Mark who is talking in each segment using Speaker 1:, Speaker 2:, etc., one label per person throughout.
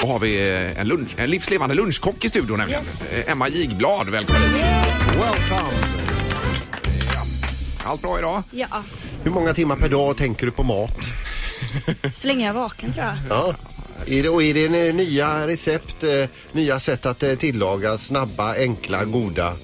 Speaker 1: så har vi eh, en, lunch, en livslevande lunchkock i studion nämligen. Eh, Emma Jigblad, välkommen
Speaker 2: Welcome!
Speaker 1: Allt bra idag?
Speaker 3: Ja,
Speaker 2: Hur många timmar per dag tänker du på mat?
Speaker 3: så länge jag är vaken tror jag.
Speaker 2: Ja. Är det, och är det n- nya recept, eh, nya sätt att eh, tillaga, snabba, enkla, goda?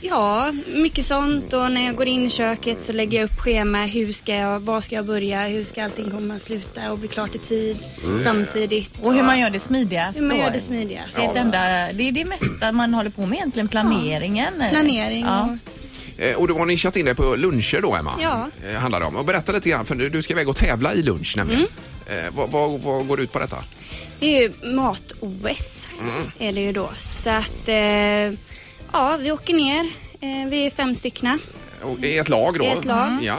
Speaker 3: Ja, mycket sånt och när jag går in i köket så lägger jag upp schema. Hur ska jag, var ska jag börja? Hur ska allting komma att sluta och bli klart i tid
Speaker 4: Mm.
Speaker 3: samtidigt?
Speaker 4: Och hur man gör det smidigast
Speaker 3: Hur man
Speaker 4: då.
Speaker 3: gör det smidigast.
Speaker 4: Det är, ett enda, det är det mesta man håller på med egentligen, planeringen. eller?
Speaker 3: Planering
Speaker 4: Ja.
Speaker 3: och...
Speaker 1: Eh, Och du har nischat in dig på luncher då Emma?
Speaker 3: Ja.
Speaker 1: Eh, Handlar det om. Och berätta lite grann, för du, du ska iväg och tävla i lunch nämligen.
Speaker 3: Mm.
Speaker 1: Eh, vad, vad, vad går det ut på detta?
Speaker 3: Det är ju mat-OS
Speaker 4: Mm.
Speaker 3: är det ju då. Så att, eh, ja, vi åker ner. Eh, vi är fem styckna.
Speaker 1: Och I ett lag då?
Speaker 3: I ett lag.
Speaker 1: Ja.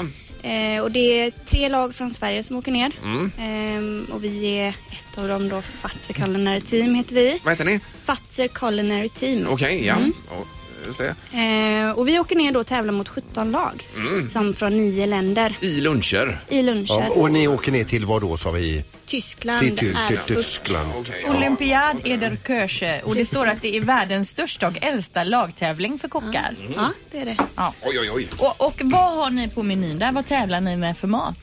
Speaker 3: Eh, och det är tre lag från Sverige som åker ner.
Speaker 4: Mm.
Speaker 3: Ehm, och vi är ett av dem då, Fatser Culinary Team heter vi.
Speaker 1: Vad heter ni?
Speaker 3: Fatser Culinary Team.
Speaker 1: Okej, ja.
Speaker 3: Mm.
Speaker 1: Ja, Just det.
Speaker 3: Eh, och vi åker ner då och tävlar mot 17 lag. Som från nio länder.
Speaker 1: I luncher.
Speaker 3: I luncher.
Speaker 2: Mm. Ja, och ni åker ner till vad då sa vi? Till
Speaker 3: Tyskland
Speaker 2: till-
Speaker 3: är
Speaker 2: till
Speaker 3: först.
Speaker 2: Tyskland.
Speaker 1: Okej, ja.
Speaker 4: Olympiad Eder Kirche och det står att det är världens största och äldsta lagtävling för kockar.
Speaker 3: Ja, det är det.
Speaker 1: Oj, oj, oj.
Speaker 4: Och, och vad har ni på menyn där? Vad tävlar ni med för mat?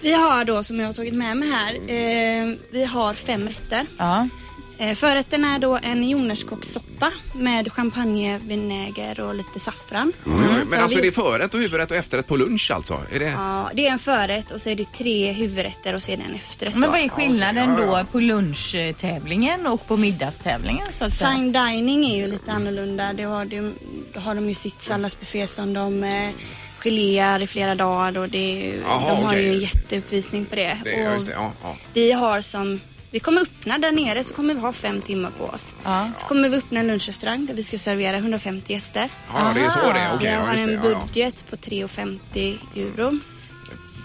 Speaker 3: Vi har då, som jag har tagit med mig här, eh, vi har fem rätter.
Speaker 4: Ja.
Speaker 3: Eh, förrätten är då en jordnötskockssoppa med champagnevinäger och lite saffran.
Speaker 2: Mm.
Speaker 1: Men
Speaker 3: Så
Speaker 1: alltså
Speaker 3: vi-
Speaker 1: är det förrätt och huvudrätt och efterrätt på lunch alltså? Är det...
Speaker 3: Ja, det är en förrätt och så är det tre huvudrätter och så är det en efterrätt.
Speaker 4: Men
Speaker 3: då.
Speaker 4: vad är skillnaden då på lunchtävlingen och på middagstävlingen? Så att säga?
Speaker 3: Fine dining är ju lite annorlunda. Det har, det, då har de ju sitt salladsbuffé som de eh, geléar i flera dagar och det är ju,
Speaker 1: Jaha,
Speaker 3: de har
Speaker 1: okej.
Speaker 3: ju en jätteuppvisning på det.
Speaker 1: Det, ja,
Speaker 3: och
Speaker 1: just det. Ja, ja.
Speaker 3: Vi har som vi kommer öppna där nere så kommer vi ha fem timmar på oss.
Speaker 4: Ja.
Speaker 3: Så kommer vi öppna en lunchrestaurang där vi ska servera 150 gäster.
Speaker 1: Ja, det är så det är. Okej,
Speaker 3: jag
Speaker 1: ja,
Speaker 3: har
Speaker 1: just
Speaker 3: Ah, en
Speaker 1: det. Ja, ja.
Speaker 3: budget på 3,50 euro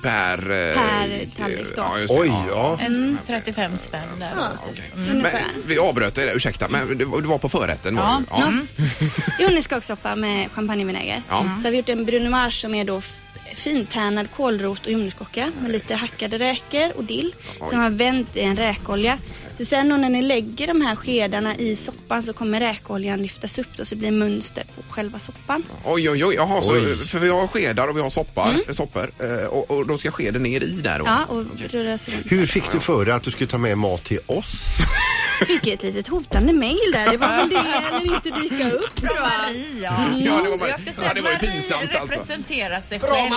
Speaker 1: Per... eh,
Speaker 3: per tallrik då.
Speaker 1: Ja, just det.
Speaker 2: Oj,
Speaker 1: ja.
Speaker 2: ja.
Speaker 4: En 35 spänn där.
Speaker 1: Okej. Mm. Men
Speaker 3: Ungefär.
Speaker 1: vi avbröt dig där, ursäkta. Men du, du var på förrätten var
Speaker 4: Ja.
Speaker 1: du? Ja.
Speaker 3: Jordnötskakssoppa med champagnevinäger.
Speaker 1: Ja.
Speaker 3: Så har vi gjort en brunomage som är då f- fintärnad kålrot och jordnötskocka med lite hackade räkor och dill
Speaker 1: Oj.
Speaker 3: som har vänt i en räkolja. Så sen då när ni lägger de här skedarna i soppan så kommer räkoljan lyftas upp och så det blir mönster på själva soppan.
Speaker 1: Oj, oj, oj. Jaha,
Speaker 2: Oj.
Speaker 1: Så, för vi har skedar och vi har soppar, soppor. eh, Och, och då ska skeden ner i där då?
Speaker 3: Ja, och röras runt.
Speaker 2: Hur fick du för dig att du skulle ta med mat till oss?
Speaker 3: Fick ju ett litet hotande mejl där. Det var väl det eller inte dyka upp tror jag.
Speaker 4: Maria.
Speaker 1: Ja, det var Maria.
Speaker 4: Mm. Jag ska säga
Speaker 1: Ja, det var ju
Speaker 4: att Marie
Speaker 1: pinsamt, alltså.
Speaker 4: representerar sig själv.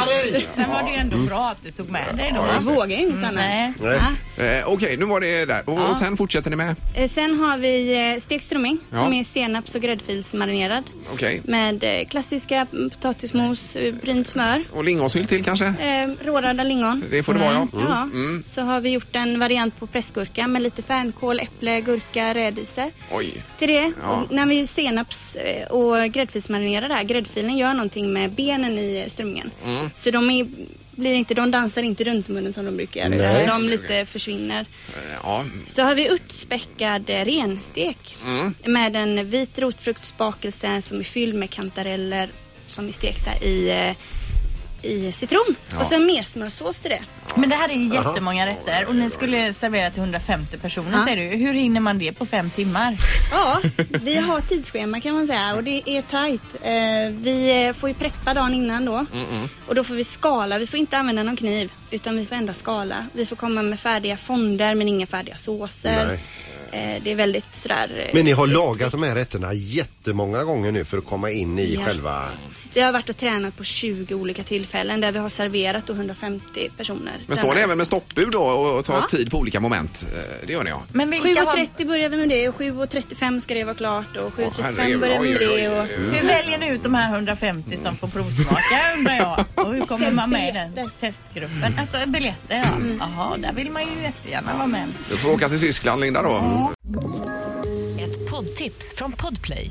Speaker 4: Sen var det ju ändå bra att du tog med dig då.
Speaker 3: Jag vågar ju
Speaker 1: Mm,
Speaker 3: inget annat.
Speaker 4: Nej.
Speaker 2: Nej.
Speaker 3: Ja.
Speaker 1: Eh, Okej, nu var det där. Och sen fortsätter ni med?
Speaker 3: Eh, Sen har vi eh, stekt strömming
Speaker 1: Ja.
Speaker 3: som är senaps och gräddfilsmarinerad.
Speaker 1: Okej.
Speaker 3: Med eh, klassiska mm, potatismos, eh, brynt smör,
Speaker 1: Och lingonsylt till kanske?
Speaker 3: eh, rårörda lingon. Mm.
Speaker 1: Det får det vara, ja. Mm.
Speaker 3: Ja, så har vi gjort en variant på pressgurka med lite fänkål, äpple, gurka, rädisor.
Speaker 1: Oj.
Speaker 3: Till det,
Speaker 1: Ja.
Speaker 3: och när vi senaps eh, och gräddfilsmarinerar det här, gräddfilen gör någonting med benen i eh, strömmingen.
Speaker 1: Mm.
Speaker 3: Så de är, blir inte, de dansar inte runt munnen som de brukar göra,
Speaker 2: Nej.
Speaker 3: utan de lite försvinner.
Speaker 1: Eh, Ja,
Speaker 3: Så har vi örtspäckad eh, renstek med en vit rotfruktsbakelse som är fylld med kantareller som är stekta i, eh, i citron. Och så en messmörsås till det.
Speaker 4: Men det här är ju jättemånga rätter och ni skulle servera till 150 personer
Speaker 3: Ja.
Speaker 4: säger du. Hur hinner man det på fem timmar?
Speaker 3: Ja, vi har tidsschema kan man säga och det är tajt. Eh, vi eh, får ju preppa dagen innan då och då får vi skala. Vi får inte använda någon kniv utan vi får ändå skala. Vi får komma med färdiga fonder men inga färdiga såser. Eh, det är väldigt sådär... eh,
Speaker 2: Men ni har lagat de här rätterna jättemånga gånger nu för att komma in i
Speaker 3: Ja.
Speaker 2: själva...
Speaker 3: Vi har varit och tränat på 20 olika tillfällen där vi har serverat då 150 personer.
Speaker 1: men står ni
Speaker 3: Denna.
Speaker 1: även med stoppbud då och och tar
Speaker 3: Ja.
Speaker 1: tid på olika moment? Eh, Det gör ni ja.
Speaker 4: Men vilka har,
Speaker 3: 7.30 börjar vi med det och 7.35 ska det vara klart och 7.35
Speaker 1: herregud,
Speaker 3: börjar vi med
Speaker 1: oj, oj,
Speaker 3: det och...
Speaker 1: oj.
Speaker 4: hur väljer ni ut de här 150 som får provsmaka undrar jag? Och hur kommer man med i den
Speaker 3: Biljetter.
Speaker 4: testgruppen? Alltså biljetter ja.
Speaker 1: Mm.
Speaker 4: Jaha, där vill man ju jättegärna vara med.
Speaker 1: Du får åka till Tyskland Linda då.
Speaker 5: Ett poddtips från Podplay.